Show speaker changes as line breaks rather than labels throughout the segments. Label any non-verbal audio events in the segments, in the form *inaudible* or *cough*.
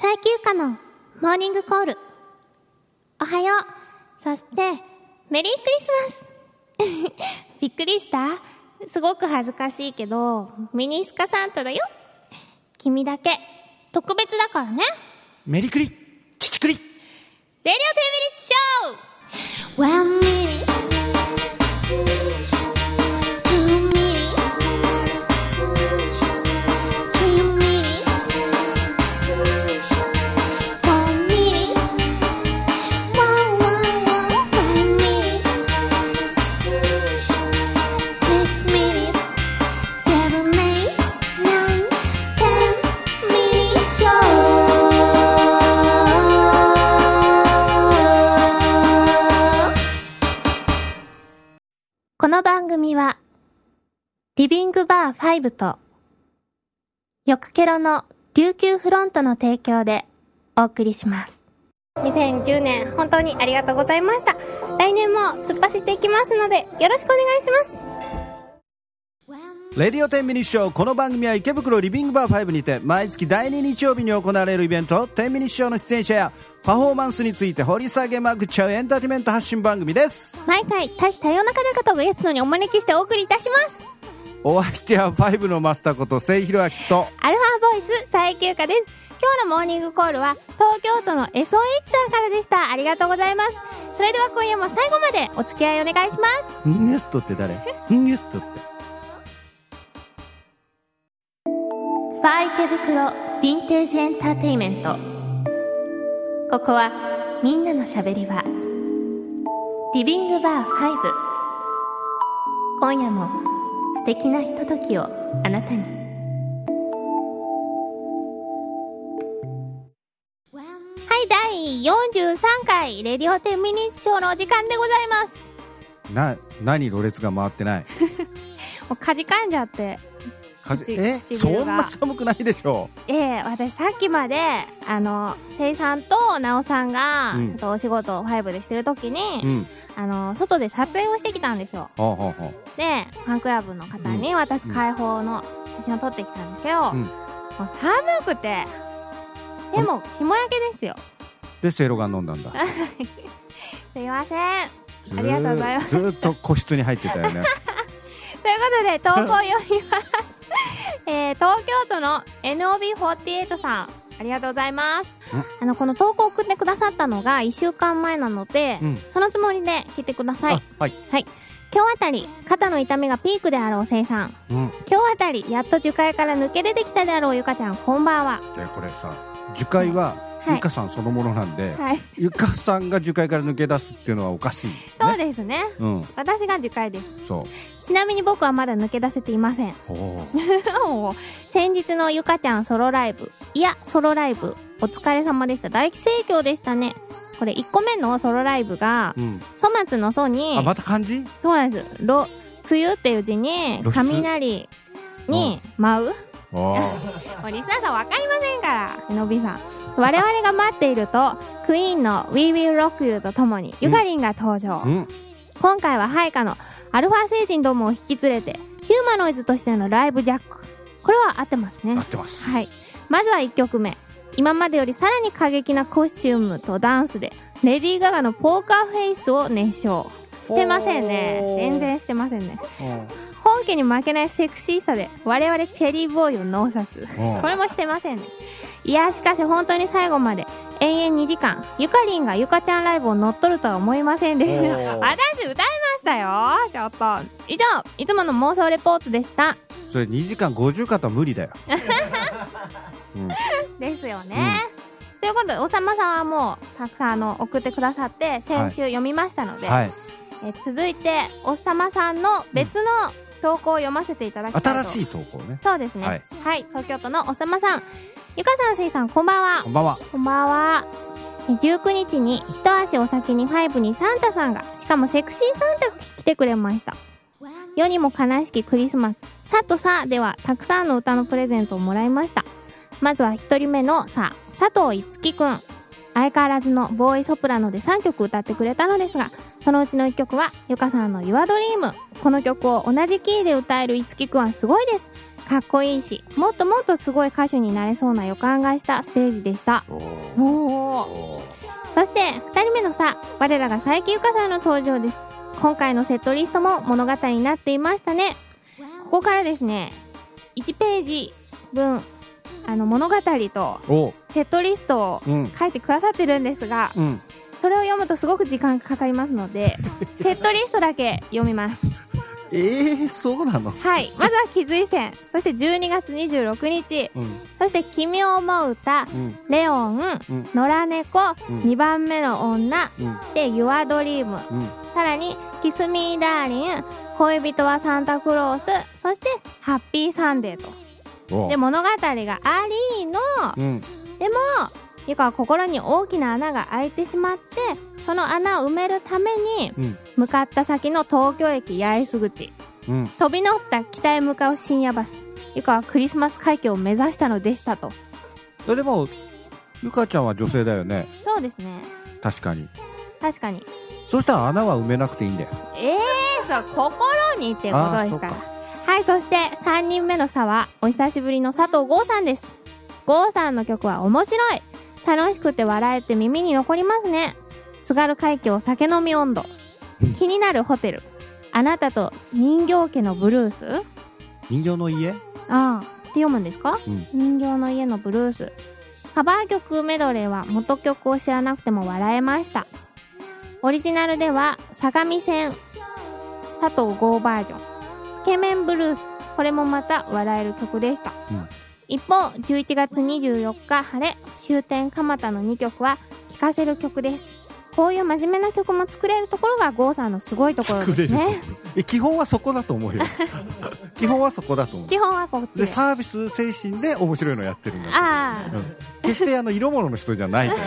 大休暇のモーニングコール。おはよう。そして、メリークリスマス。 *laughs* びっくりしたすごく恥ずかしいけど、ミニスカサンタだよ。君だけ、特別だからね。
メリクリ、チチクリ。レ
ディオ10ミニッツショー !1 ミニッツこの番組は、リビングバー5と、よくケロの琉球フロントの提供でお送りします。
2010年、本当にありがとうございました。来年も突っ走っていきますので、よろしくお願いし
ます。レディオ10ミニッショー、この番組は池袋リビングバー5にて、毎月第2日曜日に行われるイベント、10ミニッショーの出演者や、パフォーマンスについて掘り下げまくっちゃうエンターテイメント発信番組です
毎回多種多様な方々をゲストにお招きしてお送りいたします
お相手はファイブのマスターこと清弘明と
アルファボイス最休暇です今日のモーニングコールは東京都の SOH さんからでしたありがとうございますそれでは今夜も最後までお付き合いお願いします
ネストって誰ネストって
ファイ池袋ヴィンテージエンターテイメントここはみんなのしゃべり場リビングバー5今夜も素敵なひとときをあなたにはい第43回レディオ10ミニッショーのお時間でございます
な何ろれつが回ってない
もうかじかんじゃって
風えそんな寒くないでしょ
ええ私さっきまであの生産と直さんが、うん、お仕事を5でしてる時に、うん、あの外で撮影をしてきたんですよ、
はあはあ、
でファンクラブの方に私、うん、開放の写真を撮ってきたんですけど、もう寒くてでも霜焼けですよ
でせいろが飲んだんだ
すいませんありがとうございます
ずっと個室に入ってたよね
ということで投稿読みます *laughs* えー、東京都の NOB48 さんありがとうございますあのこの投稿を送ってくださったのが1週間前なので、うん、そのつもりで聞いてください、
はい、
はい、今日あたり肩の痛みがピークであろうせいさん、うん、今日あたりやっと樹海から抜け出てきたであろうゆかちゃんこんばんは
でこれさ樹海は、ゆかさんそのものなんで、はい、ゆかさんが樹海から抜け出すっていうのはおかしい、ね、
そうですね、うん、私が樹海です
そう
ちなみに僕はまだ抜け出せていません先日のゆかちゃんソロライブいやソロライブお疲れ様でした大盛況でしたねこれ1個目のソロライブが、うん、粗末の「粗」に
あまた漢字
そうなんです「ろ」「梅雨」っていう字に「雷」に「舞う」もうリスナーさん分かりませんからのびさん我々が待っているとクイーンの「WeWillRockYou」とともにゆかりんが登場、うん、今回は配下のアルファ星人どもを引き連れてヒューマノイズとしてのライブジャックこれは合ってますね
合ってます、
はい、まずは1曲目今までよりさらに過激なコスチュームとダンスでレディー・ガガのポーカーフェイスを熱唱してませんね全然してませんね本家に負けないセクシーさで我々チェリーボーイを脳殺これもしてませんねいやしかし本当に最後まで永遠2時間ゆかりんがゆかちゃんライブを乗っ取るとは思いませんでした
*laughs*
私歌いましたよちょっと以上いつもの妄想レポートでした
それ2時間50方無理だよ、 *laughs*
うん、ですよね、うんということで、おさまさんはもうたくさんあの送ってくださって先週読みましたので、はい、え続いておさまさんの別の、うん投稿を読ませていただき
新しい投稿ね
そうですね、はい、はい、東京都のおさまさんゆかさんせいさんこんばんは
こんばんは
こんばんは19日に一足お先にファイブにサンタさんがしかもセクシーサンタが来てくれました世にも悲しきクリスマス「さ」と「さ」ではたくさんの歌のプレゼントをもらいましたまずは1人目のさ佐藤いつきくん相変わらずのボーイソプラノで3曲歌ってくれたのですがそのうちの1曲はゆかさんの「YourDream」この曲を同じキーで歌えるいつきくんはすごいですかっこいいしもっともっとすごい歌手になれそうな予感がしたステージでした
おー
おー
おー
そして2人目のさ我らが佐伯ゆかさんの登場です今回のセットリストも物語になっていましたねここからですね1ページ分あの物語と
お
セットリストを
うん
書いてくださってるんですが
うん
それを読むとすごく時間がかかりますの
*laughs*
でセットリストだけ読みます
えー、そうなの
はいまずは「気づい線」そして12月26日
うん
そして「君を思う歌
う」ん
「レオン」
うん
野良猫」
うん
2番目の女」
うん
そして「Your Dream」
うん
さらに、キスミーダーリン、恋人はサンタクロース、そして、ハッピーサンデーと。
お
で、物語がありの、
うん
でも、ゆかは心に大きな穴が開いてしまって、その穴を埋めるために、
うん
向かった先の東京駅八重洲口、
うん
飛び乗った北へ向かう深夜バス。ゆかはクリスマス海峡を目指したのでしたと。
えでもゆかちゃんは女性だよね
そうですね。
確かに
確かに。
そうしたら穴は埋めなくていいんだよ
ええそう、心にっていうことですから
あーそっか。
はい、そして3人目の差は、お久しぶりの佐藤剛さんです。剛さんの曲は面白い。楽しくて笑えて耳に残りますね。津軽海峡酒飲み温度。気になるホテル。あなたと人形家のブルース
人形の家
ああ、って読むんですか
うん
人形の家のブルース。カバー曲メドレーは元曲を知らなくても笑えました。オリジナルでは、相模線、佐藤剛バージョン、つけ麺ブルース、これもまた笑える曲でした。
うん
一方、11月24日晴れ、終点蒲田の2曲は聴かせる曲です。こういう真面目な曲も作れるところが郷さんのすごいところ
作
で
れ
す
る
ね。
え基本はそこだと
*laughs*
思うよ基本はそこだと思う
基本はこっち
で
です。
サービス精神で面白いのやってるんだと思う
ああ、
うん決してあの色物の人じゃないから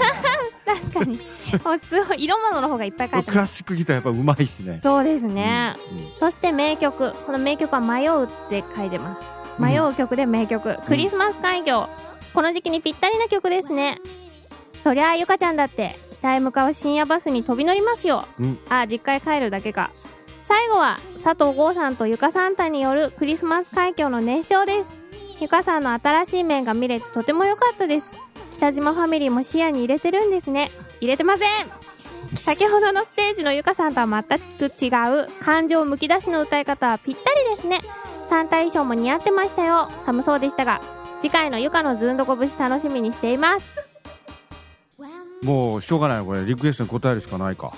*laughs* 確かに。おすごい。色物の方がいっぱい書いて
ク
ま
ラシックギターやっぱうまいしね
す。そうですね。
うんうん
そして名曲。この名曲は迷うって書いてます。迷う曲で名曲。クリスマス海峡。この時期にぴったりな曲ですね。そりゃあ、ゆかちゃんだって、北へ向かう深夜バスに飛び乗りますよ。
うん
あ、実家へ帰るだけか。最後は、佐藤剛さんとゆかサンタによるクリスマス海峡の熱唱です。ゆかさんの新しい面が見れてとても良かったです。北島ファミリーも視野に入れてるんですね。入れてません先ほどのステージのゆかさんとは全く違う感情むき出しの歌い方はぴったりですねサンタ衣装も似合ってましたよ寒そうでしたが次回のゆかのずんどこ節楽しみにしています
もうしょうがないよこれリクエストに答えるしかないか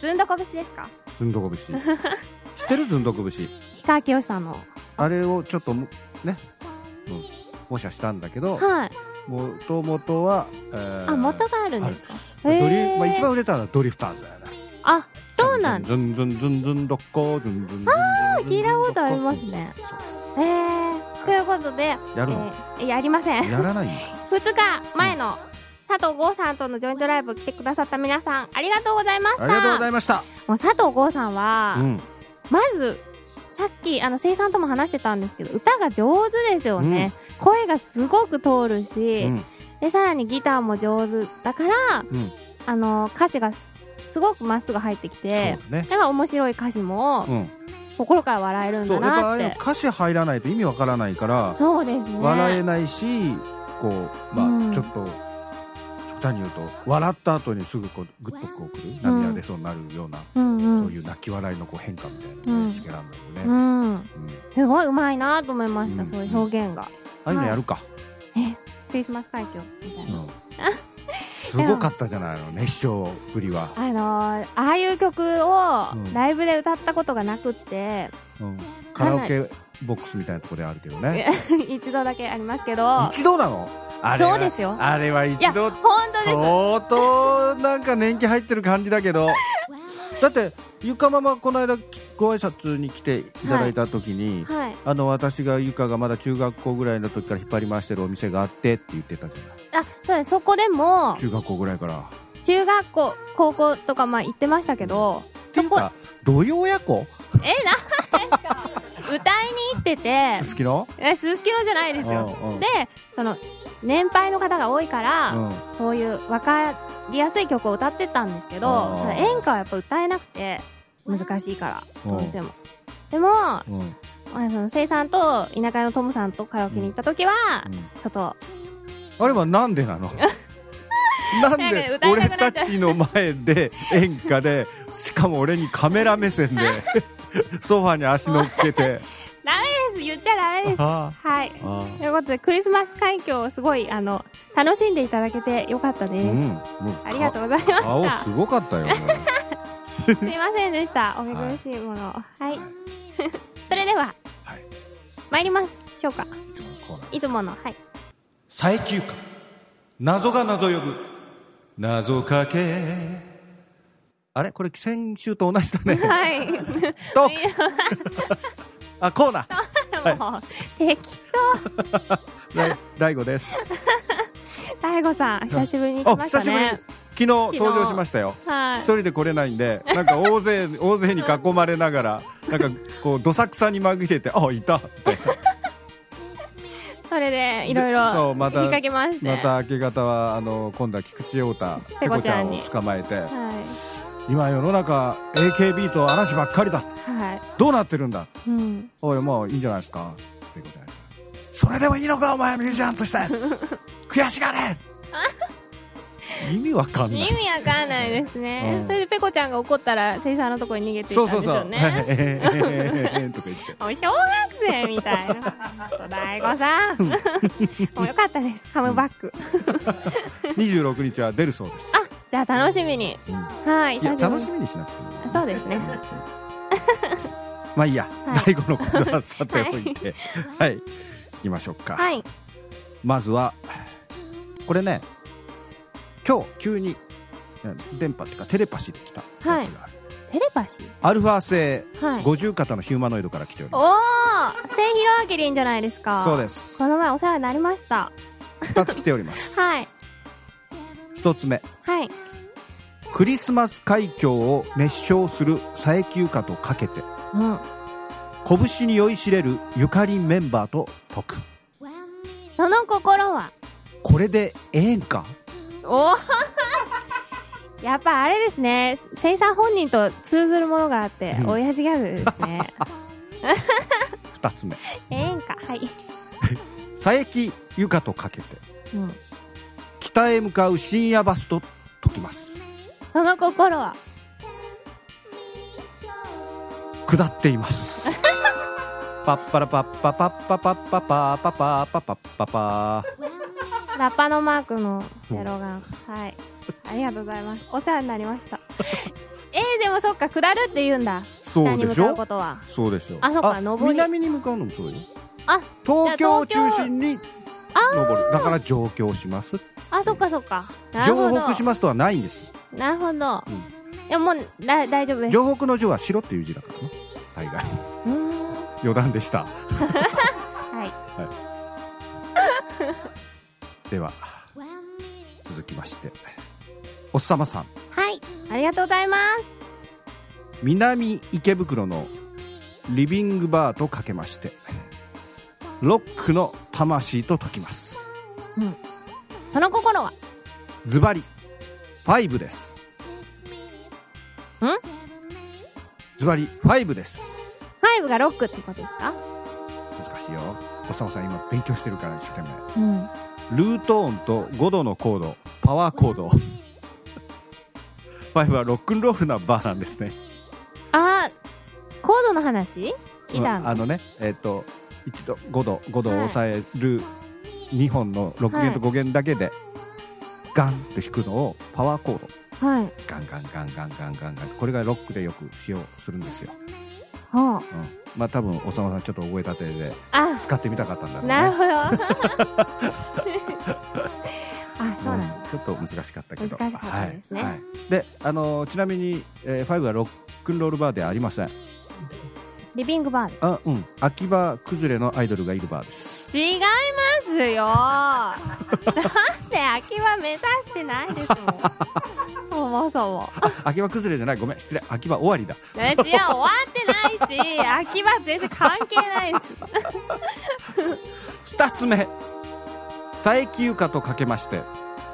ずんどこ節ですか
ずんどこ
*laughs*
節知ってるずんどこ節
氷川きよしさんの
あれをちょっとむね、うん、模写したんだけど
はい
もともとは、えー
あ元があるんですか
あるんです
へ
ド
ー
リまあ、一番売れたのはドリフターズだよね
あそうなんだ
ズンズンズンズンどっこズンズンあ
聞いたことありますね
そうです
えー、ということで
やるの、
えーやりません2
やらないんだ
日前の佐藤剛さんとのジョイントライブ来てくださった皆さんありがとうございました
ありがとうございました
もう佐藤剛さんは、
うん
まずさっきあの生産とも話してたんですけど歌が上手ですよね、声がすごく通るし、
うん
でさらにギターも上手だから
うん
あの歌詞がすごくまっすぐ入ってき
そう
て
ね
だから面白い歌詞も
うん
心から笑えるん
そ
だ
うやっぱあ
な
あ
っ
いうの
て
歌詞入らないと意味わからないから
そうですね
笑えないしこうま
う
あ
ん
ちょっと極端に言うと笑った後にすぐこうグッとこうくる涙が出そうになるような
うんう
そうんいう泣き笑いのこう変化みたいなの
う
を
ん
つけらんだよ
う
ね
ん、
うん
すごいうまいなと思いました、
うん
そういう表現が
ああいうのやるか
クリスマス海峡みたいな、
うんすごかったじゃないの熱唱ぶりは
あのーああいう曲を
うん
ライブで歌ったことがなくって、 *laughs*
うんカラオケボックスみたいなとこであるけどね
一度だけありますけど
*laughs* 一度なのあれは
そうですよ
あれはい
や
一度
本当です
相当なんか年季入ってる感じだ
*laughs*
けどだってゆかママこの間ご挨拶に来ていただいた時に、
はい
あの私がゆかがまだ中学校ぐらいの時から引っ張り回してるお店があってって言ってたじゃない
あそうですそこでも
中学校ぐらいから
中学校高校とかまあ行ってましたけど
っていうか土曜親子
えなんですか *laughs* 歌いに行ってて
すすきの
えすすきのじゃないですよ
うんうん
でその年配の方が多いから、
うん
そういう分かりやすい曲を歌ってたんですけど
あー
ただ演歌はやっぱ歌えなくて難しいから
うん
どうしてもでも
うん
あの生さんと田舎のトムさんとカラオケに行った時は、
うん
ちょっと
あれはなんで
*laughs*
なのな
なん
ん
か
で
歌い
俺
たくな
た
っちゃう
ちの前で演歌でしかも俺にカメラ目線
*laughs*
でソファに足乗っけて
ダメです言っちゃダメ
*laughs*
です
あ
はい
ああ
ということでクリスマス海峡をすごいあの楽しんでいただけてよかったで
あ
す、
うんも
ありがとうございま
か顔
し
すごかった
*laughs*
よも
た
う
すいませんでしたお見苦しいものはい、 *laughs* それでは、
はい
参りましょうか
いつものコーナー
いつものはい
最休暇謎が謎呼ぶ謎かけあれこれ先週と同じだ
*laughs*
ね
はい *laughs*
トークあコーナ
もう適
ー大悟です
当大悟さん久しぶりに
あ
来まし
久
た
しぶり
ね
昨日登場しましたよ
はい
一人で来れないんで、なんか大勢、大勢に囲まれながら、なんかこう、どさくさに紛れて、あ、いたって。
それでいろいろ
そうまた
見かけまして
また明け方は、あの、今度は菊池陽太、ペ
ペ
コ
コ
ち
ち
ゃ
ゃ
ん
ん
を
に
捕まえて、
はい
今世の中、AKB と嵐ばっかりだ。
はい
どうなってるんだ
うん
おい、もういいんじゃないですかペコちゃん。それでもいいのかお前ミュージシャンとして悔しがれ意味わかんな
意
い。
味わかんないですね、
うん
それでペコちゃんが怒ったら生産のとこに逃げていった
そ
ん
う
です
そうそう。
よね
へへへへとか言って。
もう小学生みたいなほんと大悟さん
*laughs*
もうよかったですハムバッグ
26日は出るそうです。
あじゃあ楽しみに、はい
いや楽
久
し
しぶりに
みにしなくていいよ
そうですね
まあいいや、
は
大悟のことはさておいてはい、行きましょうか、
はい
まずはこれね今日急にえ電波っていうかテレパシーで来たやつが、
はいテレパシー
アルファ製
はい
五十肩のヒューマノイドから来ており
お
ま
お末広明りんじゃないですか
すそうです
*laughs* この前お世話になりました
2つ来ております
はい
1つ目
はい
クリスマス海峡を熱唱する佐伯ゆかとかけて
うん
拳に酔いしれるゆかりメンバーと解く
その心は
これでええんか
おお *laughs* やっぱあれですね生産本人と通ずるものがあって
うん
親父ギャグです
*laughs*
ね
2つ目
ええんかはい、
佐伯ゆかとかけて
うん、
北へ向かう深夜バスと解きます
その心は
下っていますパッパラパッパパッパパッパパーパパーパパッパパー
ラッパのマークのセロガンはいありがとうございますお世話になりま
*laughs*
したえー、でもそっか下るって言うんだ
そう
に
で
向
し
かう
ょ
ことは
そうでしょ
あそっか上り
南に向かうのもそうよ
あ
東京を
じゃあ
中
東京
心に
あ
上るだから上京します
あそっかそっかなるほ
上
ど
北しますとはないんです
なるほど、
うん
いやもうだ大丈夫です
上北の上は白っていう字だからね大概
うーんは
余談でした
い
では続きましておっさまさん
はいありがとうございます
南池袋のリビングバーとかけましてロックの魂と解きます
その心は
ズバリファイブです
ん
ズバリファイブです
ファイブがロックってことですか
難しいよおさまさん今勉強してるから一生懸命
うん
ルート音と5度のコードパワーコードファイブはロックンロールなバーなんですね
あーコードの話ギター
うんあのねえっ、と一度5度5度を抑える2本の6弦と5弦だけで、ガンって弾くのをパワーコード
はい
ガンガンガンガンガンガンガンこれがロックでよく使用するんですよ、
ほう
うん、まあ多分おさまさんちょっと覚えたてで
あ
使ってみたかったんだろうね
なる
*laughs*
ほどあそうなんだ
うんちょっと難しかったけど
難しかったですね
はいはいであのーちなみに、えー、5はロックンロールバーではありません
リビングバーで
あうん秋葉崩れのアイドルがいるバーです
違います *laughs* よだって秋は目指してないですもん *laughs* そもそも
秋葉崩れじゃないごめん失礼秋葉終わりだ
ね違う終わってないし秋は全然関係ないです
2つ目佐伯ゆかとかけまして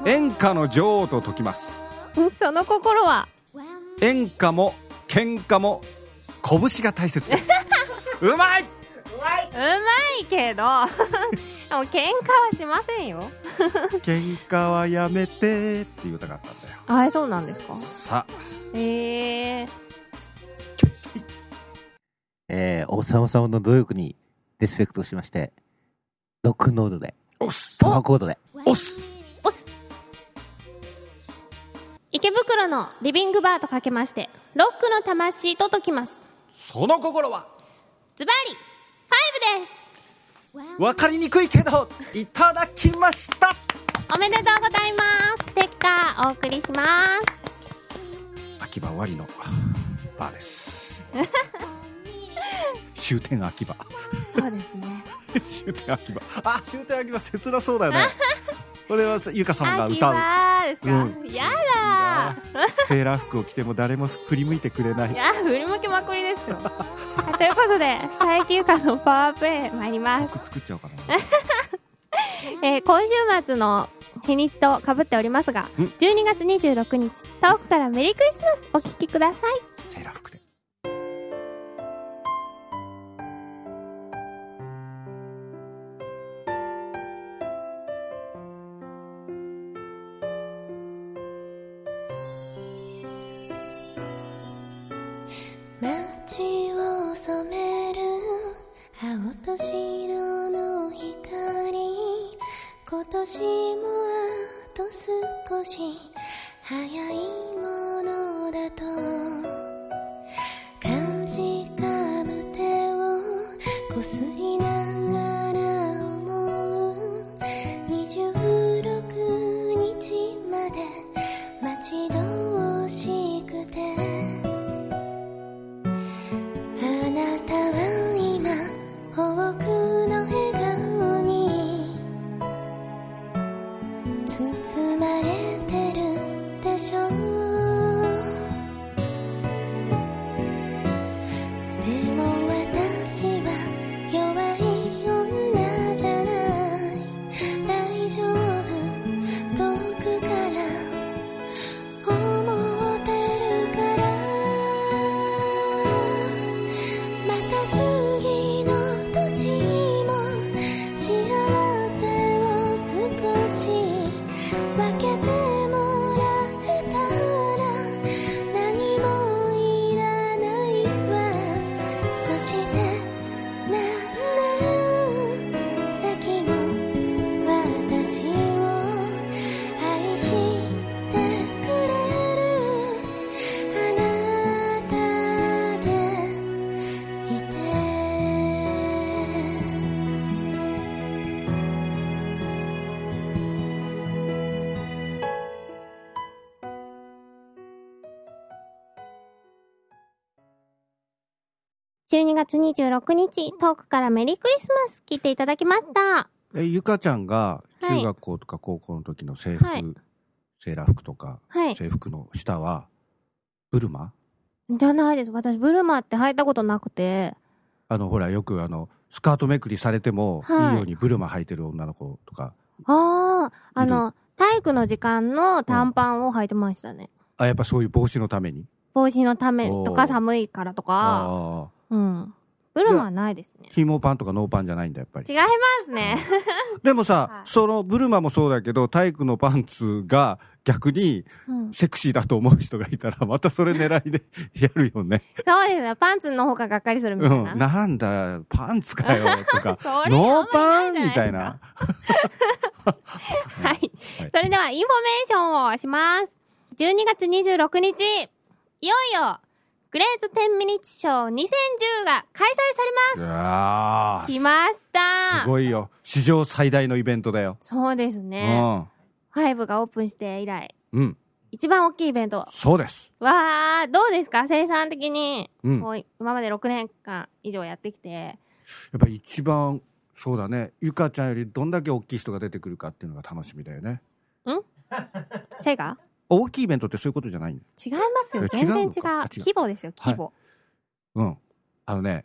演歌の女王と解きます
*laughs* その心は *laughs*
演歌も喧嘩も拳が大切ですうまい
いけど *laughs* でも喧嘩はしませんよ
喧嘩はやめてっていう歌があったんだよ
あえそうなんですか
さあ
えー、
えー、おさまさまの努力にリスペクトしまして、ロックンロードで、
おっす
パワーコードで、
おっす
池袋のリビングバーとかけましてロックの魂と解きます
その心は
ズバリファイブです
分かりにくいけどいただきました
おめでとうございますステッカーお送りします
秋葉割のバーです
*laughs*
終点秋葉
そうですね
*laughs* 終点秋葉あ終点秋葉切なそうだ
*laughs*
よねこれはさゆかさんが
秋
歌う
葉ですか、
う
やだ
セーラー服を着ても誰も振り向いてくれないい
や振り向きまくりですよ *laughs* はいということで最休暇のパワープレイ参ります、
服作っちゃおうかな
えー今週末の日にちとかぶっておりますが
ん
12月26日遠くからメリークリスマスお聴きください
セーラー服で
街を染める青と白の光今年もあと少し早いものだとかじかむ手をこすりながら思う26日まで待ち遠しくて「あなたは今多くの笑顔に包まれてるでしょう」「でも私は弱い女じゃない」「大丈夫遠くから」「思ってるから」「また次の年も幸せを少し分けてもらえたら何もいらないわ」「そして何年先も」「私を愛してくれるあなたでいて」
12月26日遠くからメリークリスマス聴いていただきました
えゆかちゃんが
はい
中学校とか高校の時の制服、
はい
セーラー服とか、
はい
制服の下はブルマ
じゃないです私ブルマって履いたことなくて
あのほらよくあのスカートめくりされても
はい
いいようにブルマ履いてる女の子とか、
あああの体育の時間の短パンを履いてましたね
あやっぱそういう帽子のために
帽子のためと
お
か
ー
寒いからと
あ
か
あ
うんブルマはないですね
ひもパンとかノーパンじゃないんだやっぱり
違いますね
でもさ、
はい
そのブルマもそうだけど体育のパンツが逆に
うん
セクシーだと思う人がいたらまたそれ狙いで *laughs* やるよね、
そうですね。パンツの方ががっかりするみ
う
たい
ん
な。、
なんだパンツ
*laughs*
かよとか
それ
ノーパン
やばい
み
じゃな
た
いいです
な
かはい。それでは、インフォメーションをします。12月26日、いよいよ、グレート10ミニッチショー2010が開催されま
うわ
す。
ー
来ました
すごいよ史上最大のイベントだよ、
そうですね。ファイブがオープンして以来、
うんうん
一番大きいイベント。
そうです
わー、どうですか生産的に。
うん
もう今まで6年間以上やってきて。
やっぱ一番そうだねゆかちゃんよりどんだけ大きい人が出てくるかっていうのが楽しみだよね
背が
大きいイベントってそういうことじゃないんだ
違いますよ。
え
全然違
違
う
うの。かあ違う
規模ですよ、規模。
うんあのね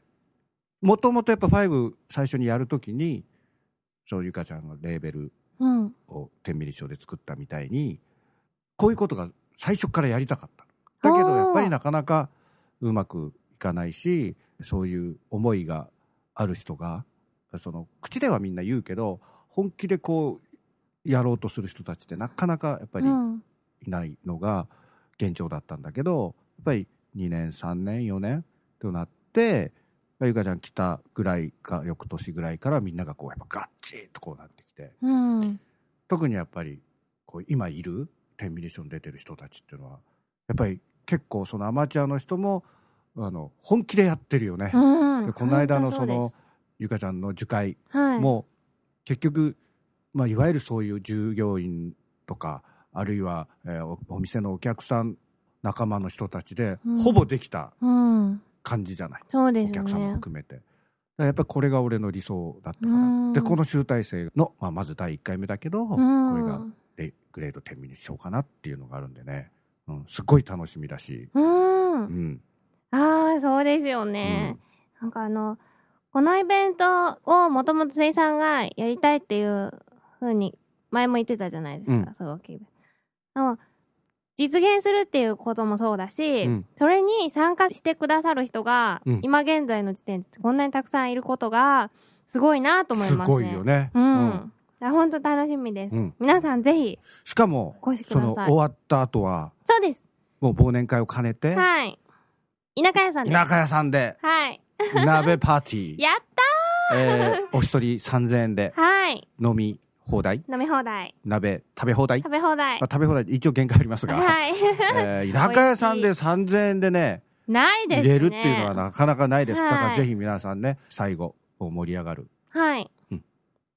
もともとやっぱ5最初にやるときにそうゆかちゃんのレーベル
うん。
を天秤賞で作ったみたいにこういうことが最初からやりたかっただけど
あー
やっぱりなかなかうまくいかないしそういう思いがある人がその口ではみんな言うけど本気でこうやろうとする人たちってなかなかやっぱり
うん
いないのが現状だったんだけどやっぱり2年3年4年となってまあゆかちゃん来たぐらいか翌年ぐらいからみんながこうやっぱガッチーとこうなってきて
うん
特にやっぱりこう今いるテンミネーション出てる人たちっていうのはやっぱり結構そのアマチュアの人もあの本気でやってるよね。
う
で
ん
この間
本
の
当
そう
です
のゆかちゃんの受会
はい、
も結局、まあ、いわゆるそういう従業員とかあるいは、えーおお店のお客さん仲間の人たちで、
うん
ほぼできた
うん、
感じじゃない、
そうです
お
ね。
客さんも含めて。だからやっぱりこれが俺の理想だったか
うん
な。でこの集大成の、まあ、まず第1回目だけど、これがレグレード10ミにしようかなっていうのがあるんでね、うん、すごい楽しみだし、
うん、う、
うんん
ああそうですよね。なんかあのこのイベントをもともと生産がやりたいっていうふうに前も言ってたじゃないですか、
うん
そういう大きいイベント。でも実現するっていうこともそうだし、
うん
それに参加してくださる人が、
うん
今現在の時点でこんなにたくさんいることがすごいなと思い
す
ますね。
ごいよね。
うん。
うん
いや本当楽しみです。
うん
皆さんぜひ
しかも
お越しく
そ
ださ
の
い
終わった後は
そうです。
もう忘年会を兼ねて、
はい。田舎屋さんです。
田舎屋さんで
はい。
鍋パーテ
*laughs*
ィー、
やっ
えーお一人3000円で
たはい。
飲み放題
飲み放題。
鍋食べ放題、ま
食べ放題
あ、。食べ放題一応限界ありますが、
はい。 *laughs*
えー田舎屋さんで3000円でね
ないです
入
ね。
れるっていうのはなかなかないです、
はい
だからぜひ皆さんね最後盛り上がる、
はい。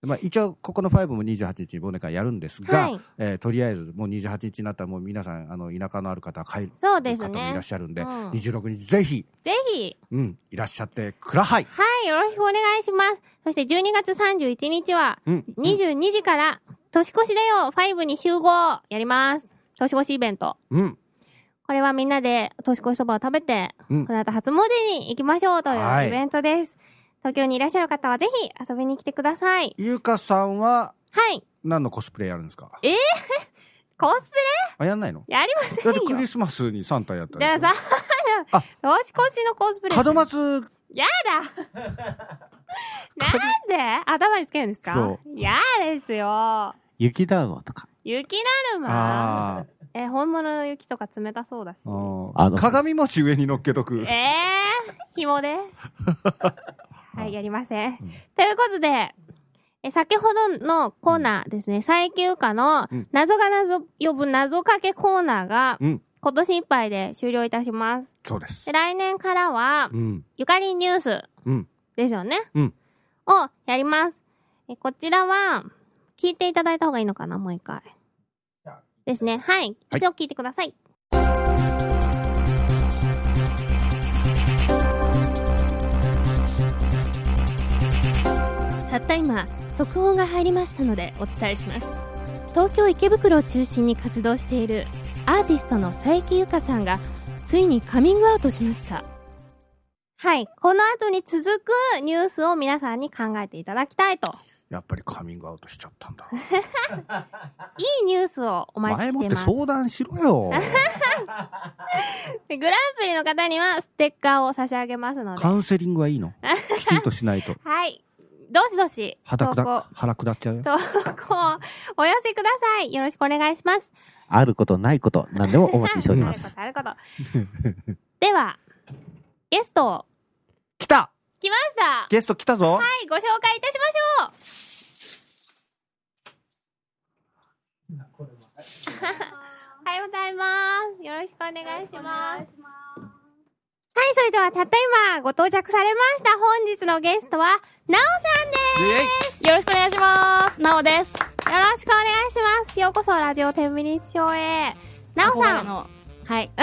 まあ、一応ここの5も28日忘年会やるんですが、
はい。
えーとりあえずもう28日になったらもう皆さんあの田舎のある方は帰る
そう
方
です
もいらっ
ね。
しゃるんで
うん
26日ぜひ、
ぜひ、
うん、いらっしゃってください、
はい、よろしくお願いします。そして12月31日は、
うん、
22時から、年越しだよ !5 に集合やります。年越しイベント。
うん、
これはみんなで年越しそばを食べて、
うん
この後初詣に行きましょうと
はい
イ
いう
ベントです。東京にいらっしゃる方はぜひ遊びに来てください。
ゆうかさんは
はい。
何のコスプレやるんですか
コスプ
あやんないの
レやりませ
だ
ん
ってクリ
よ。
スマスにサンタやった
だ
で
か
し
ら
あ
さ、年越しのコスプレ。
ょ門松
やだなんで頭につけるんですか
そ
やですよ。
雪だるまとか。
雪だるま
あ
え、本物の雪とか冷たそうだし
ー。あ
あ
ー
の
鏡餅上に乗っけとく
ええー、紐
*laughs*
ではい、やりません
うん。
ということで、え先ほどのコーナーですね、最休暇の
うん
謎が謎呼ぶ謎かけコーナーが、
うん
今年いっぱいで終了いたします。
そうです
で来年からは、
うん
ゆかりニュース
うん
ですよね、
うん
をやります。えこちらは、聞いていただいた方がいいのかな、もう一回。ですね。はい。
はい
一応聞いてください。
たった今速報が入りましたのでお伝えします東京池袋を中心に活動しているアーティストの佐伯由香さんがついにカミングアウトしました
はい。この後に続くニュースを皆さんに考えていただきたいと。
やっぱりカミングアウトしちゃったんだ
いいニュースをお待ち
前
し
もってて
ます。
相談し
*laughs*
ろよ
でグランプリの方にはステッカーを差し上げますので。
カウンセリングはい
*laughs*
いのきちんとしないと
はい。どしどし、
腹
投
下
稿、
腹下っちゃうよ
投稿、お寄せください。よろしくお願いします。
あることないこと、何でもお待ちしており
*laughs*
ます。
あることあること。では、ゲスト、
来た
来ましたは
ゲスト来たぞ
い、ご紹介いたし *laughs* ましょうおはようございます。よろしくお願いします。はい、それではたった今ご到着されました本日のゲストは、なおさんです
イエイ
よろしくお願いします。なおです。
よろしくお願いします。ようこそラジオ天秤日賞へ。なお
憧
さ
れ
ん、
の。はい。 *laughs*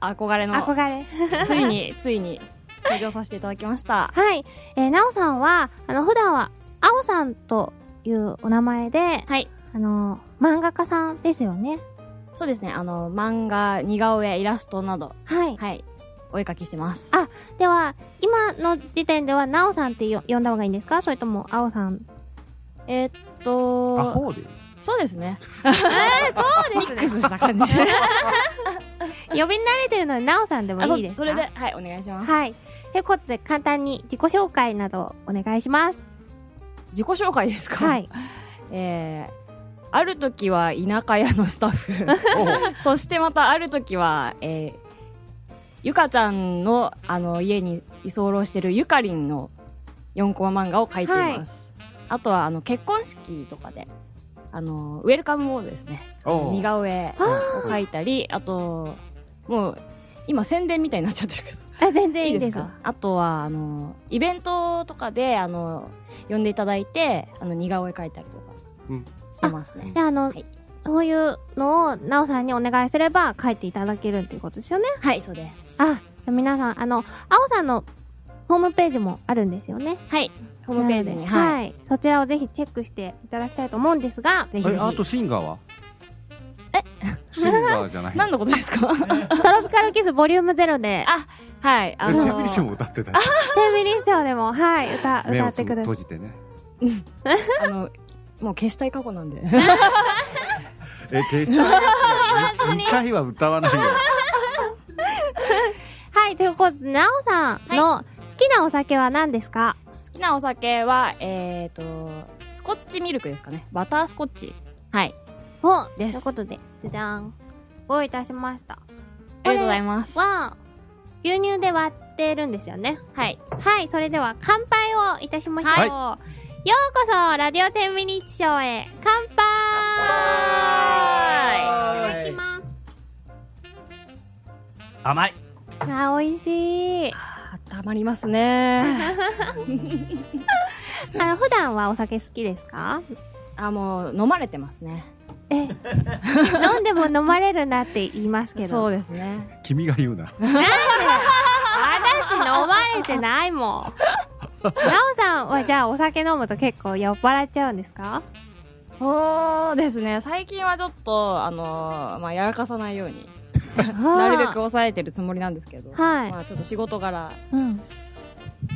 憧れの。
憧れ。
ついに、ついに、登場させていただきました。
はい、えー、なおさんは、あの、普段は、あおさんというお名前で、
はい。
あの、漫画家さんですよね。
そうですね、あの、漫画、似顔絵、イラストなど、
はい。
はい、お絵描きしてます。
あでは、今の時点では、なおさんってよ呼んだ方がいいんですかそれとも、あおさん。
えーっ
ア
と、
ホーで
そうですね。
そう
ミックスした感じで。
呼び慣れてるので、なおさんでも
*laughs* あそ
いいですか
それで、はい、お願いします。
はい。ということで、簡単に自己紹介などお願いします。
自己紹介ですか、
はい。
えーある時は田舎屋のスタッフそしてまたある時は、えーゆかちゃんのあの家に居候してるゆかりんの4コマ漫画を描いています、あとはあの結婚式とかであのウェルカムボードですね
おう
似顔絵を描いたりあともう今宣伝みたいになっちゃってるけど
あ、全然いいです。
あとはあのイベントとかであの呼んでいただいてあの似顔絵描いたりとか
うん
してますね、
で、あの、
はい
そういうのを、なおさんにお願いすれば、書いていただけるっていうことですよね。
はいそうです
あ、皆さん、あの、あおさんのホームページもあるんですよね。
はいホームページに
なので
は
はい。そちらをぜひチェックしていただきたいと思うんですが、
い、ぜひ
え
ぜ
あと
ひ
シンガーはえシンガーじゃない
何のことですか
トロピカルキスボリュームゼロで
あ、はいあ
で
の
テレビションも歌ってたよ
テレビリストでも、はい、歌、
目
歌
を
って
つ
く
む
ださ
閉
い。
じてね
あのもう消したい過去な
*laughs*
んで
え決して2回は歌わない *laughs* よ
はい、ということで、なおさんの好きなお酒は何ですか、
好きなお酒はえっ、ー、とスコッチミルクですかねバタースコッチはい
お
です
ということで、じゃじゃん。ご用意いたしました。
ありがとうございます
は、牛乳で割ってるんですよね。
はい
はい、それでは乾杯をいたしましょう。
はい
ようこそ、ラディオ天ミニッチショーへ。乾杯いただきます。
甘い
あー、美味しい。
温まりますね
あの、普段はお酒好きですか
*laughs* あもう飲まれてますね
*laughs* 飲んでも飲まれるなって言いますけど。
そうですね
君が言うな
私飲まれてない
*laughs*
もん。なおさんはじゃあお酒飲むと結構酔っ払っちゃうんですか
そうですね最近はちょっとあのーまあやらかさないようになるべく抑えてるつもりなんですけど、
はい
まあちょっと仕事柄
うん。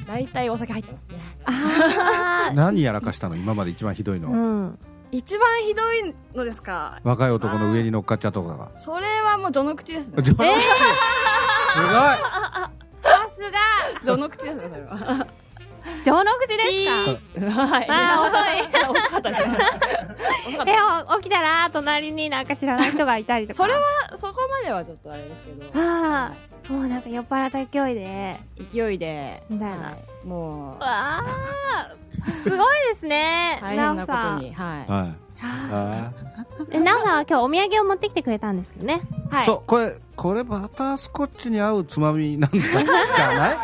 大体お酒入ってますね *laughs*
あ
何やらかしたの今まで一番ひどい
ー
のは、
うん。
一番ひどいのですか
若い男の上に乗っかっちゃったとか
それはもう序の口です
*laughs* が
ね
上手すごい
*laughs* さすが
序の口ですねそれは
上の口ですか
はい
あ
*laughs* 遅い遅かったですね遅かっ
でお起きたら隣になんか知らない人がいたりと
た
か
それはそこまではちょっとあれですけど
ああもうなんか酔っ払った勢いで
勢いで
みたいな
はいも
わ
う
あすごいですね
*laughs* 大変なこ
なおさ
と
ん
には
はいあー
えなおさんは今日お土産を持ってきてくれたんですよねはい
そうこれこれバタースコッチに合うつまみなんだじゃない
合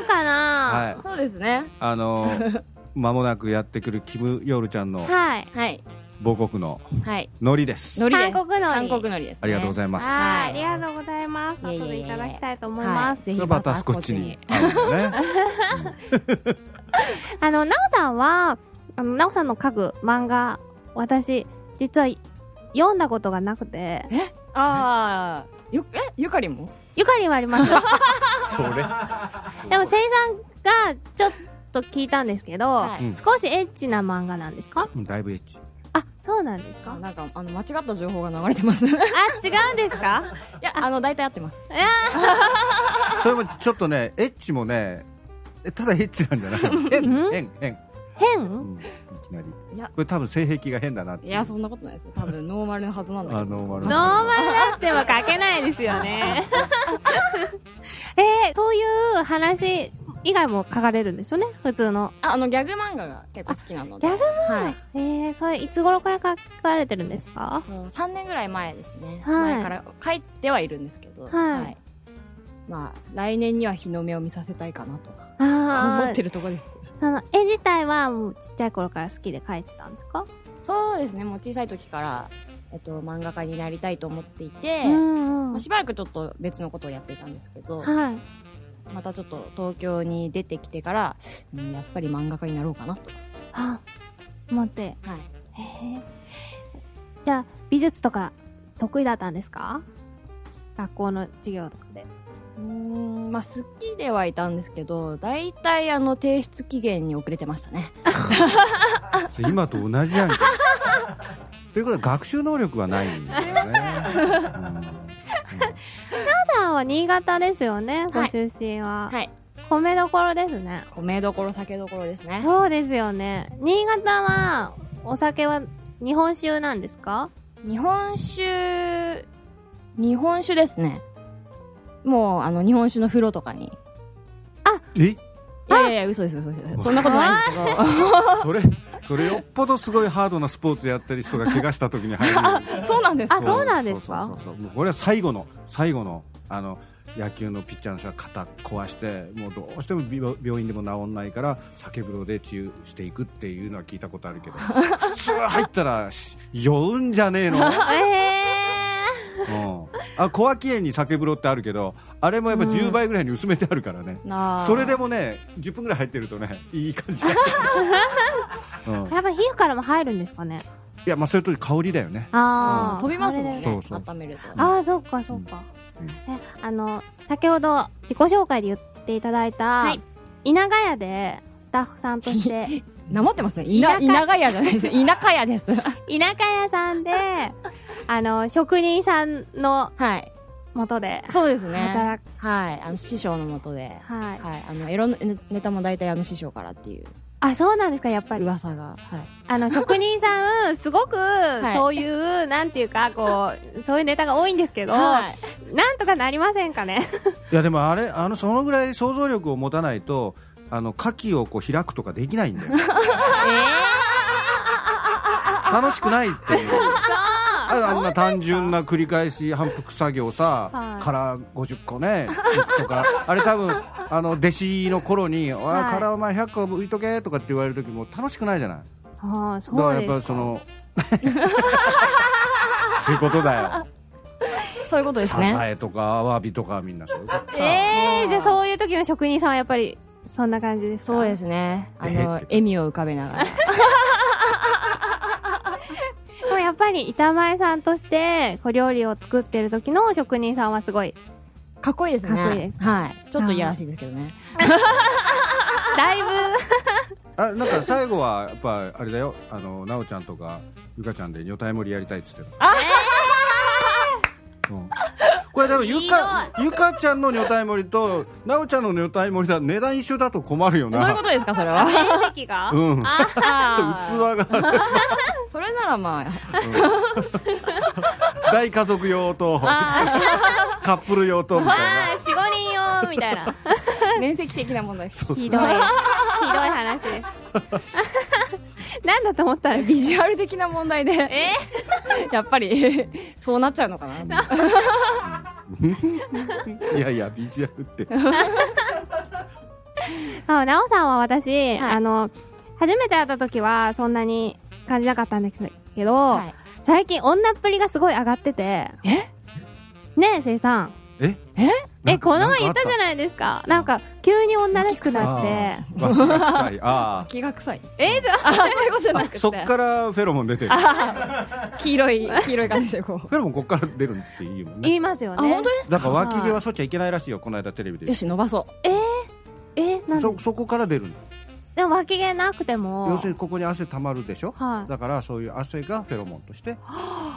うか
*laughs*
な
はい
いそうですね
あのー間もなくやってくるキム・ヨルちゃんの
はい
はい
母国の
はい
海苔です
海苔です
韓国の
韓国のりですね
ありがとうございます
はい、ありがとうございます。
いえいえいえ
後でいただきたいと思います。
ぜ
これバタースコッチに合うんだよね
あの、なおさんは、あの、なおさんの書く漫画、私、実は読んだことがなくて、
ああゆえゆかりも
ゆかりはあり *laughs* ます。
*laughs* それ
でも、せいさんがちょっと聞いたんですけど、
は
うん
い
少しエッチな漫画なんですか
うんだいぶエッチ
あ、そうなんです
あ
か
なんかあの間違った情報が流れてます *laughs* い
あ、違うんですか
やあの大体合ってます
それもちょっとねエッチもねえただエッチなんじゃ
*laughs*
ない
うん
変変変う
変
んいきなり
いや
これ多分性癖が変だなって
いやそんなことないですよ多分ノーマルのはずなんだけ
あ
ど
ノーマル
ノーマルだっても書けないですよね。 *laughs* えー、そういう話以外も書かれるんですよね普通の。
ああのギャグ漫画が結構好きなので
あギャグ
は
はい
い。
えー、それいつ頃から書かれてるんですか
もう3年ぐらい前ですね、
はい
前から書いてはいるんですけど、
い
まあ来年には日の目を見させたいかなと
あ
思ってるとこです
その絵自体はもうちっちゃい頃から好きで描いてたんですか
そうですねもう小さい時から、えっと、漫画家になりたいと思っていて、
ん
まあ、
はい
しばらくちょっと別のことをやっていたんですけど、またちょっと東京に出てきてから、うんやっぱり漫画家になろうかなと、
あ待って
はい、
へえじゃあ美術とか得意だったんですか学校の授業とかで
うーんまあ好きではいたんですけど大体あの提出期限に遅れてましたね
それ今と同じやんけ *laughs* ということは学習能力はないんですよね、
*laughs*
うんうん
ただは新潟ですよね、
はい
ご出身は、
はい
米どころですね。
米どころ酒どころですね
そうですよね。新潟は、お酒は日本酒なんですか
日本酒日本酒ですねもうあの日本酒の風呂とかに
え
いやいやいや嘘です嘘ですそんなことないんですけど
それそれよっぽどすごいハードなスポーツやってる人が怪我した時に入る
*laughs* そうなんです
*laughs* あそうなんですか
そうそうそうそうもうこれは最後の最後のあの野球のピッチャーの人が肩壊してもうどうしても病病院でも治んないから酒風呂で治癒していくっていうのは聞いたことあるけ
*laughs*
ど普通入ったらし酔うんじゃねえの、
*laughs* え
うん、あ小涌園に酒風呂ってあるけどあれもやっぱ10倍ぐらいに薄めてあるからね、
なあ
それでもね10分ぐらい入ってるとねいい感じだ、
*laughs*
うん、い
ー、やっぱ皮膚からも入るんですかね。
やまあそれと香りだよね
ああ、
飛びますもん
あれ
ね
で
そうそう
温めると
ああ、そっかそっか。
うん
え、あの、先ほど自己紹介で言っていただいた、
はい
稲賀屋でスタッフさんとして、
なまってますねいな
田舎
田舎屋じゃないです田舎屋です
稲賀屋さんで、あの、職人さんの
はい
もとで
そうですね
働く。
はいあの師匠のもとで
はい。
はいあのエロのネネタも大体あの師匠からっていう
あ、そうなんですか、やっぱり。
噂がはい
あの、職人さん、すごく、
い
そういう、なんていうか、こう、そういうネタが多いんですけど、
はい
なんとかなりませんかね。
いやでもあれあのそのぐらい想像力を持たないとあの牡蠣をこう開くとかできないんだよ、
*laughs*
楽しくないっていうああんな単純な繰り返し反復作業さ、
はい
から50個ねいくとかあれ多分あの弟子の頃に「おい
はい
殻お前100個浮いとけ」とかって言われる時も楽しくないじゃないだ
ああ、
か
そう
ら
です
やっぱその
*laughs*
そういうことだよ
そういうことです
サ
ね
ザエとかアワビとかみんなそういうこと
ええー、じゃあそういう時の職人さんはやっぱりそんな感じですか
そうですねあ
で
の笑みを浮かべながら
でもやっぱり板前さんとして小料理を作ってる時の職人さんはすごい
かっこいいですね
かっこいいです
はいちょっといやらしいですけどね
だいぶ
あなんか最後はやっぱあれだよあの奈緒ちゃんとかゆかちゃんで女体盛りやりたいっつってるあ、うんこれ多分ゆかゆかちゃんの女体盛りと奈緒ちゃんの女体盛りだ値段一緒だと困るよ
どういう
な
ことですかそれは
面積が
うん器
あ
が
ー *laughs* それなら *laughs* まあ
大家族用とカップル用とみたいな
ああ45人用みたい
*laughs*
な
面積的な問題です
ひどいひどい話ですなんだと思ったんです
ビジュアル的な問題で
え
*laughs* やっぱりそうなっちゃうのかない
やいやビジュアルって
あなおさんは私、あの初めて会った時はそんなに感じなかったんですけど、
はい
最近女っぷりがすごい上がってて
え
ねえせいさん
え
えこの前言ったじゃないですかなんか急に女らしくなって
あーわわ
*laughs*
臭いあ
気が臭い
えじゃあ
あそういうことじゃなく
ーそってからフェロモン出てる
黄色い黄色い感じでこう
フェロモンこっから出るっていうもんね
言いますよね
あ本当です
だから脇毛は剃っちゃいけないらしいよ、この間テレビで
よ。し伸ばそう
えなんで
そそこから出るんだ
でも脇毛なくても
要するにここに汗たまるでしょ、
はい
だからそういう汗がフェロモンとして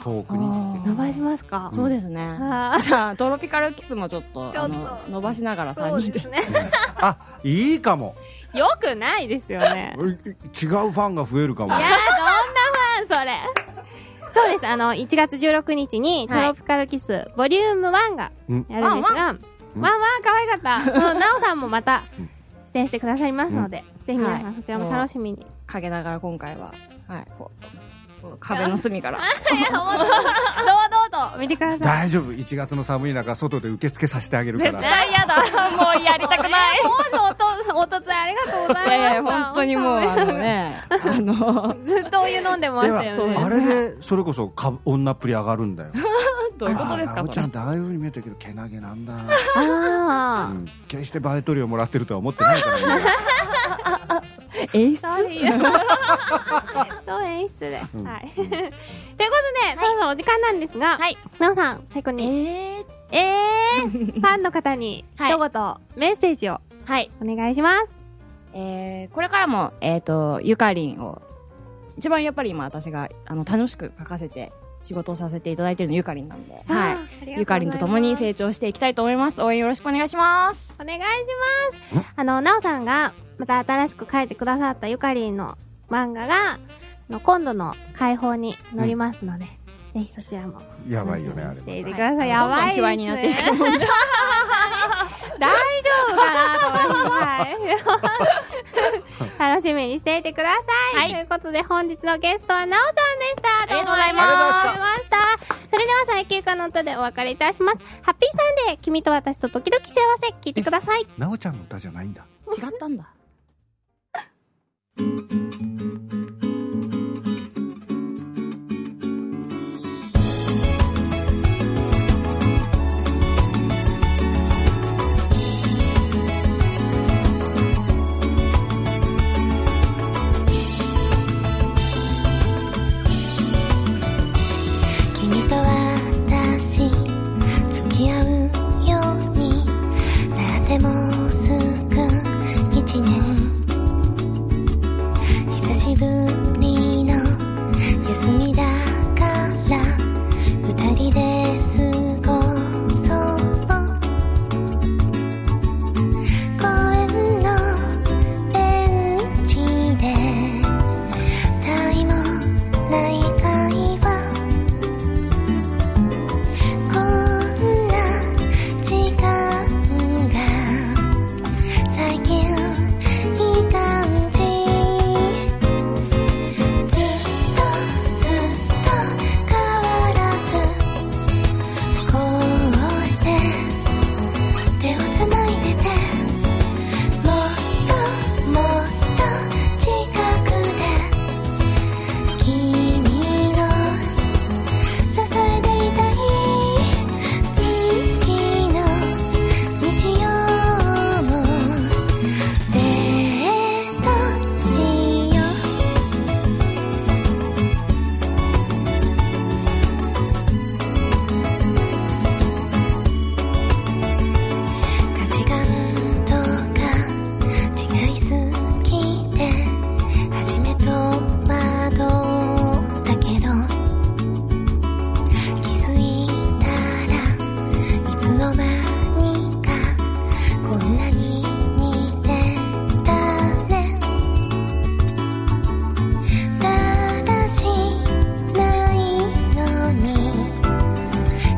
遠くに行って
伸ばしますか
そうですね
あー
じゃあトロピカルキスもちょっと
ちょっと
あの伸ばしながら
そ
3
う
人
で
です
ね
あいいかも
*laughs* よくないですよね
*laughs*
う違うファンが増えるかも
いやーどんなファンそれそうですあの1月16日に「ト
はい
ロピカルキス、ボリューム1が
うん
やるんですがワン
うん
ワン可愛かったそのなおさんもまた
うん
出演してくださりますので、ぜひ皆さ
は
ん
い
そちらも楽しみに、
かけながら今回ははいこうこう壁の隅か
*laughs*
ら
いや本当堂々と見てください
大丈夫1月の寒い中外で受付させてあげるから
対嫌だもうやりたくない
*laughs* えー本当おとおとついありがとうございま
い
した
やいや *laughs* 本当にもうあのねあ *laughs* の
*laughs* ずっとお湯飲んでま
で
したよね
はあれでそれこそか女っぷり上がるんだよ
どういうことです
あ
か
ー
そ
ちゃんっ
れ
てああいうふうに見えたけどけなげなんだ、う
あ
ん、決してバイト料もらってるとは思ってないからね、
演出
あ *laughs* そういうそう演出で、
うん
はい *laughs* ということで、そろそろお時間なんですが、
はい
なおさん最後に
えー、
えー、ファンの方に一
はい
言、メッセージを
はい、
お願いします
えー、これからもえっ、とゆかりんを一番やっぱり今私があの楽しく書かせて仕事をさせていただいてるのゆかりんなんで、
はい
は。い、ゆかりんと共に成長していきたいと思います応援よろしくお願いします
お願いします。あの、なおさんが、また新しく書いてくださったゆかりんの漫画が、あの今度の開放に載りますので、ぜひそちらも。
やばいよねあれ
していて
ね
ください。やばいです、ね。
どんどん卑猥になっていくと
大丈夫かなと思い *laughs* ます。はい楽しみにしていてください。ということで、本日のゲストはなおさんでした。どうもありがとうございました。それでは最休暇の歌でお別れいたします。ハッピーサンデー、君と私と時々幸せ、聞いてください。
なおちゃんの歌じゃないんだ
違ったんだ
君と私付き合うようになってもうすぐ一年久しぶりの休みだから二人で過ごそう公園のベンチでたいもない会話「こんな時間が最近いい感じ」「ずっとずっと変わらずこうして手をつないでて」「もっともっと近くで君の」「支えていたい」「月の日曜もデートしよう」「価値観とか違いすぎて」「初め戸惑ったけど」気づいたらいつの間にかこんなに似てたねだらしないのに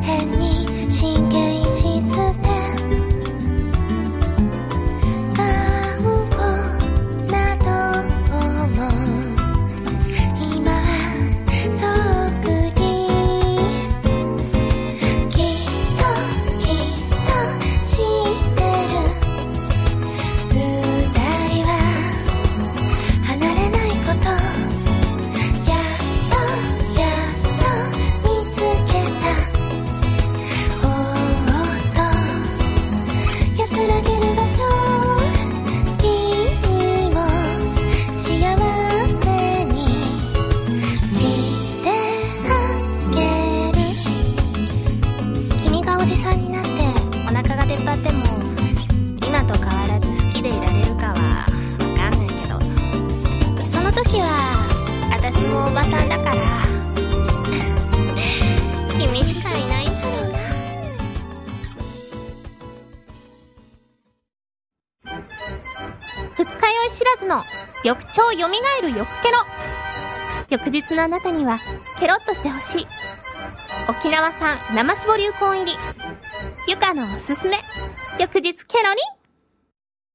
変に神経質で頑固なとこも今はそっくりきっときっと知ってる二人は離れないことやっとやっと見つけたおっと安らげる場所君も幸せにしてあげる君がおじさんになってお腹が出っ張っても今と変わらず好きでいられるかは分かんないけどその時は私もおばさんだから *laughs* 君しかいないんだろうな
二日酔い知らずの翌朝よみがえる翌ケロ翌日のあなたにはケロッとしてほしい沖縄産生搾流行入りゆかのおすすめ翌日ケロリン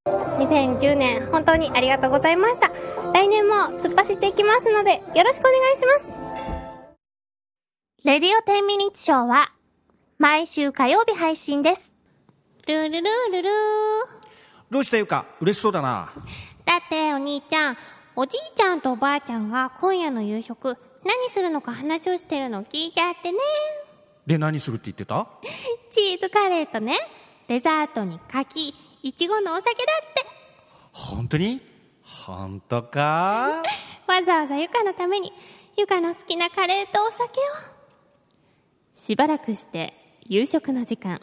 2010年、本当にありがとうございました。来年も突っ走っていきますので、よろしくお願いします。
レディオ10ミニッツショーは、毎週火曜日配信です。ルルルルルー。
どうしたゆか嬉しそうだな
だってお兄ちゃん、おじいちゃんとおばあちゃんが今夜の夕食、何するのか話をしてるの聞いちゃってね。
で何するって言ってた
チーズカレーとね、デザートに柿、いちごのお酒だって。
本当に本当か
わざわざゆかのために、ゆかの好きなカレーとお酒を。しばらくして、夕食の時間。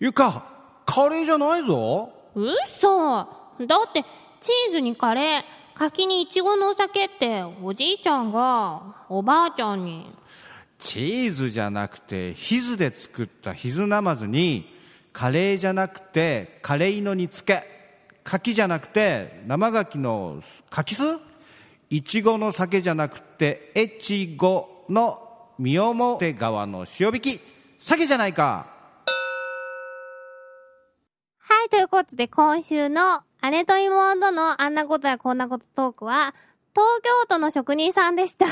ゆかカレーじゃないぞ
うそだってチーズにカレー柿にイチゴのお酒っておじいちゃんがおばあちゃんに
チーズじゃなくてヒズで作ったヒズナマズにカレーじゃなくてカレイの煮つけ柿じゃなくて生柿の柿酢いちごの酒じゃなくてエチゴの三表川の塩引き酒じゃないか
はい、ということで今週の姉と妹のあんなことやこんなことトークは、東京都の職人さんでした。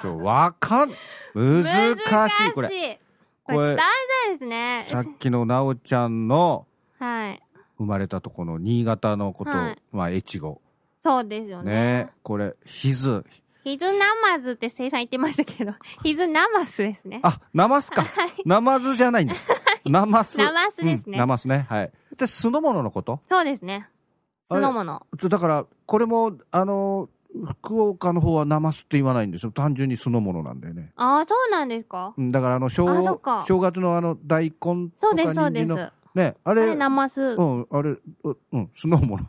ちょわかん難しいこれ
これ
これ
伝えたいですね。
さっきのなおちゃんの
はい。
生まれたとこの新潟のこと、
はい
まあ越後
そうですよね。
ねこれヒズ
ひずなまずって生産言ってましたけど、 *laughs* ひずなますですね。
あナマ
*laughs*
スかナマズじゃないんだナマス
ナマスですね
うんナマスねはいで酢の物のこと
そうですね。酢の物。
だからこれもあの福岡の方はナマスって言わないんですよ単純に酢の物なんだよね
ああ、そうなんですか
うんだからあの正
あそっか
正月のあの大根と
そう
か
です、そう
人
で
参
す。
の
あ
ねあれ
れ、なます。そう
うんあれううん酢の物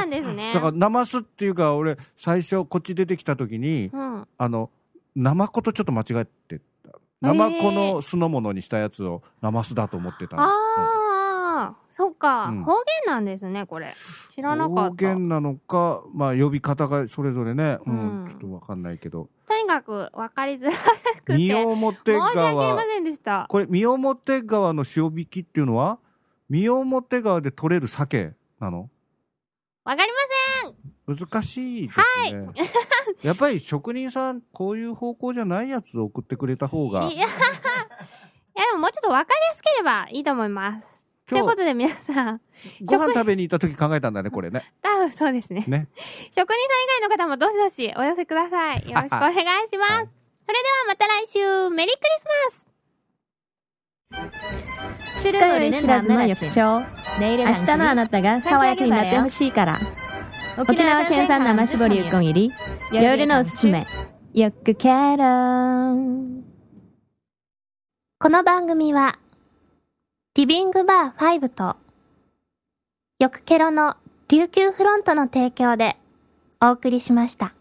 なんですね
だ。からナマスっていうか俺最初こっち出てきた時に、
うん。
あの、ナマコとちょっと間違えてた。ナマコの酢の物にしたやつをナマスだと思ってたの。
ああ、そっか、
うん
方言なんですね、これ。知らなか
方
った。
言なのか、まあ呼び方がそれぞれね、う
う
ん、
ん
ちょっとわかんないけど。
とにかく分かりづらくて。
三
申し
表
訳ありま
川。
せんでした。
これ、三表川の塩引きっていうのは、三表川で取れる鮭なの
わかりま
難しいですね。やっぱり職人さん、こういう方向じゃないやつを送ってくれた方
せ
が
んい、や、い *laughs* やでももうちょっと分かりやすければいいと思います。という
今
こ
日
とで皆さん、
ご飯食べに行った時考えたんだね、これね。
多分そうですね。
ね。
職人さん以外の方もどしどしお寄せください。よろしくお願いします。
*laughs* はい
それではまた来週、メリークリスマス
知るのに知らずの翌朝明日のあなたが爽やかになってほしいから沖縄県産生搾りうこん入り夜のおすすめよくケロン
この番組は、リビングバー5と、よくケロの琉球フロントの提供でお送りしました。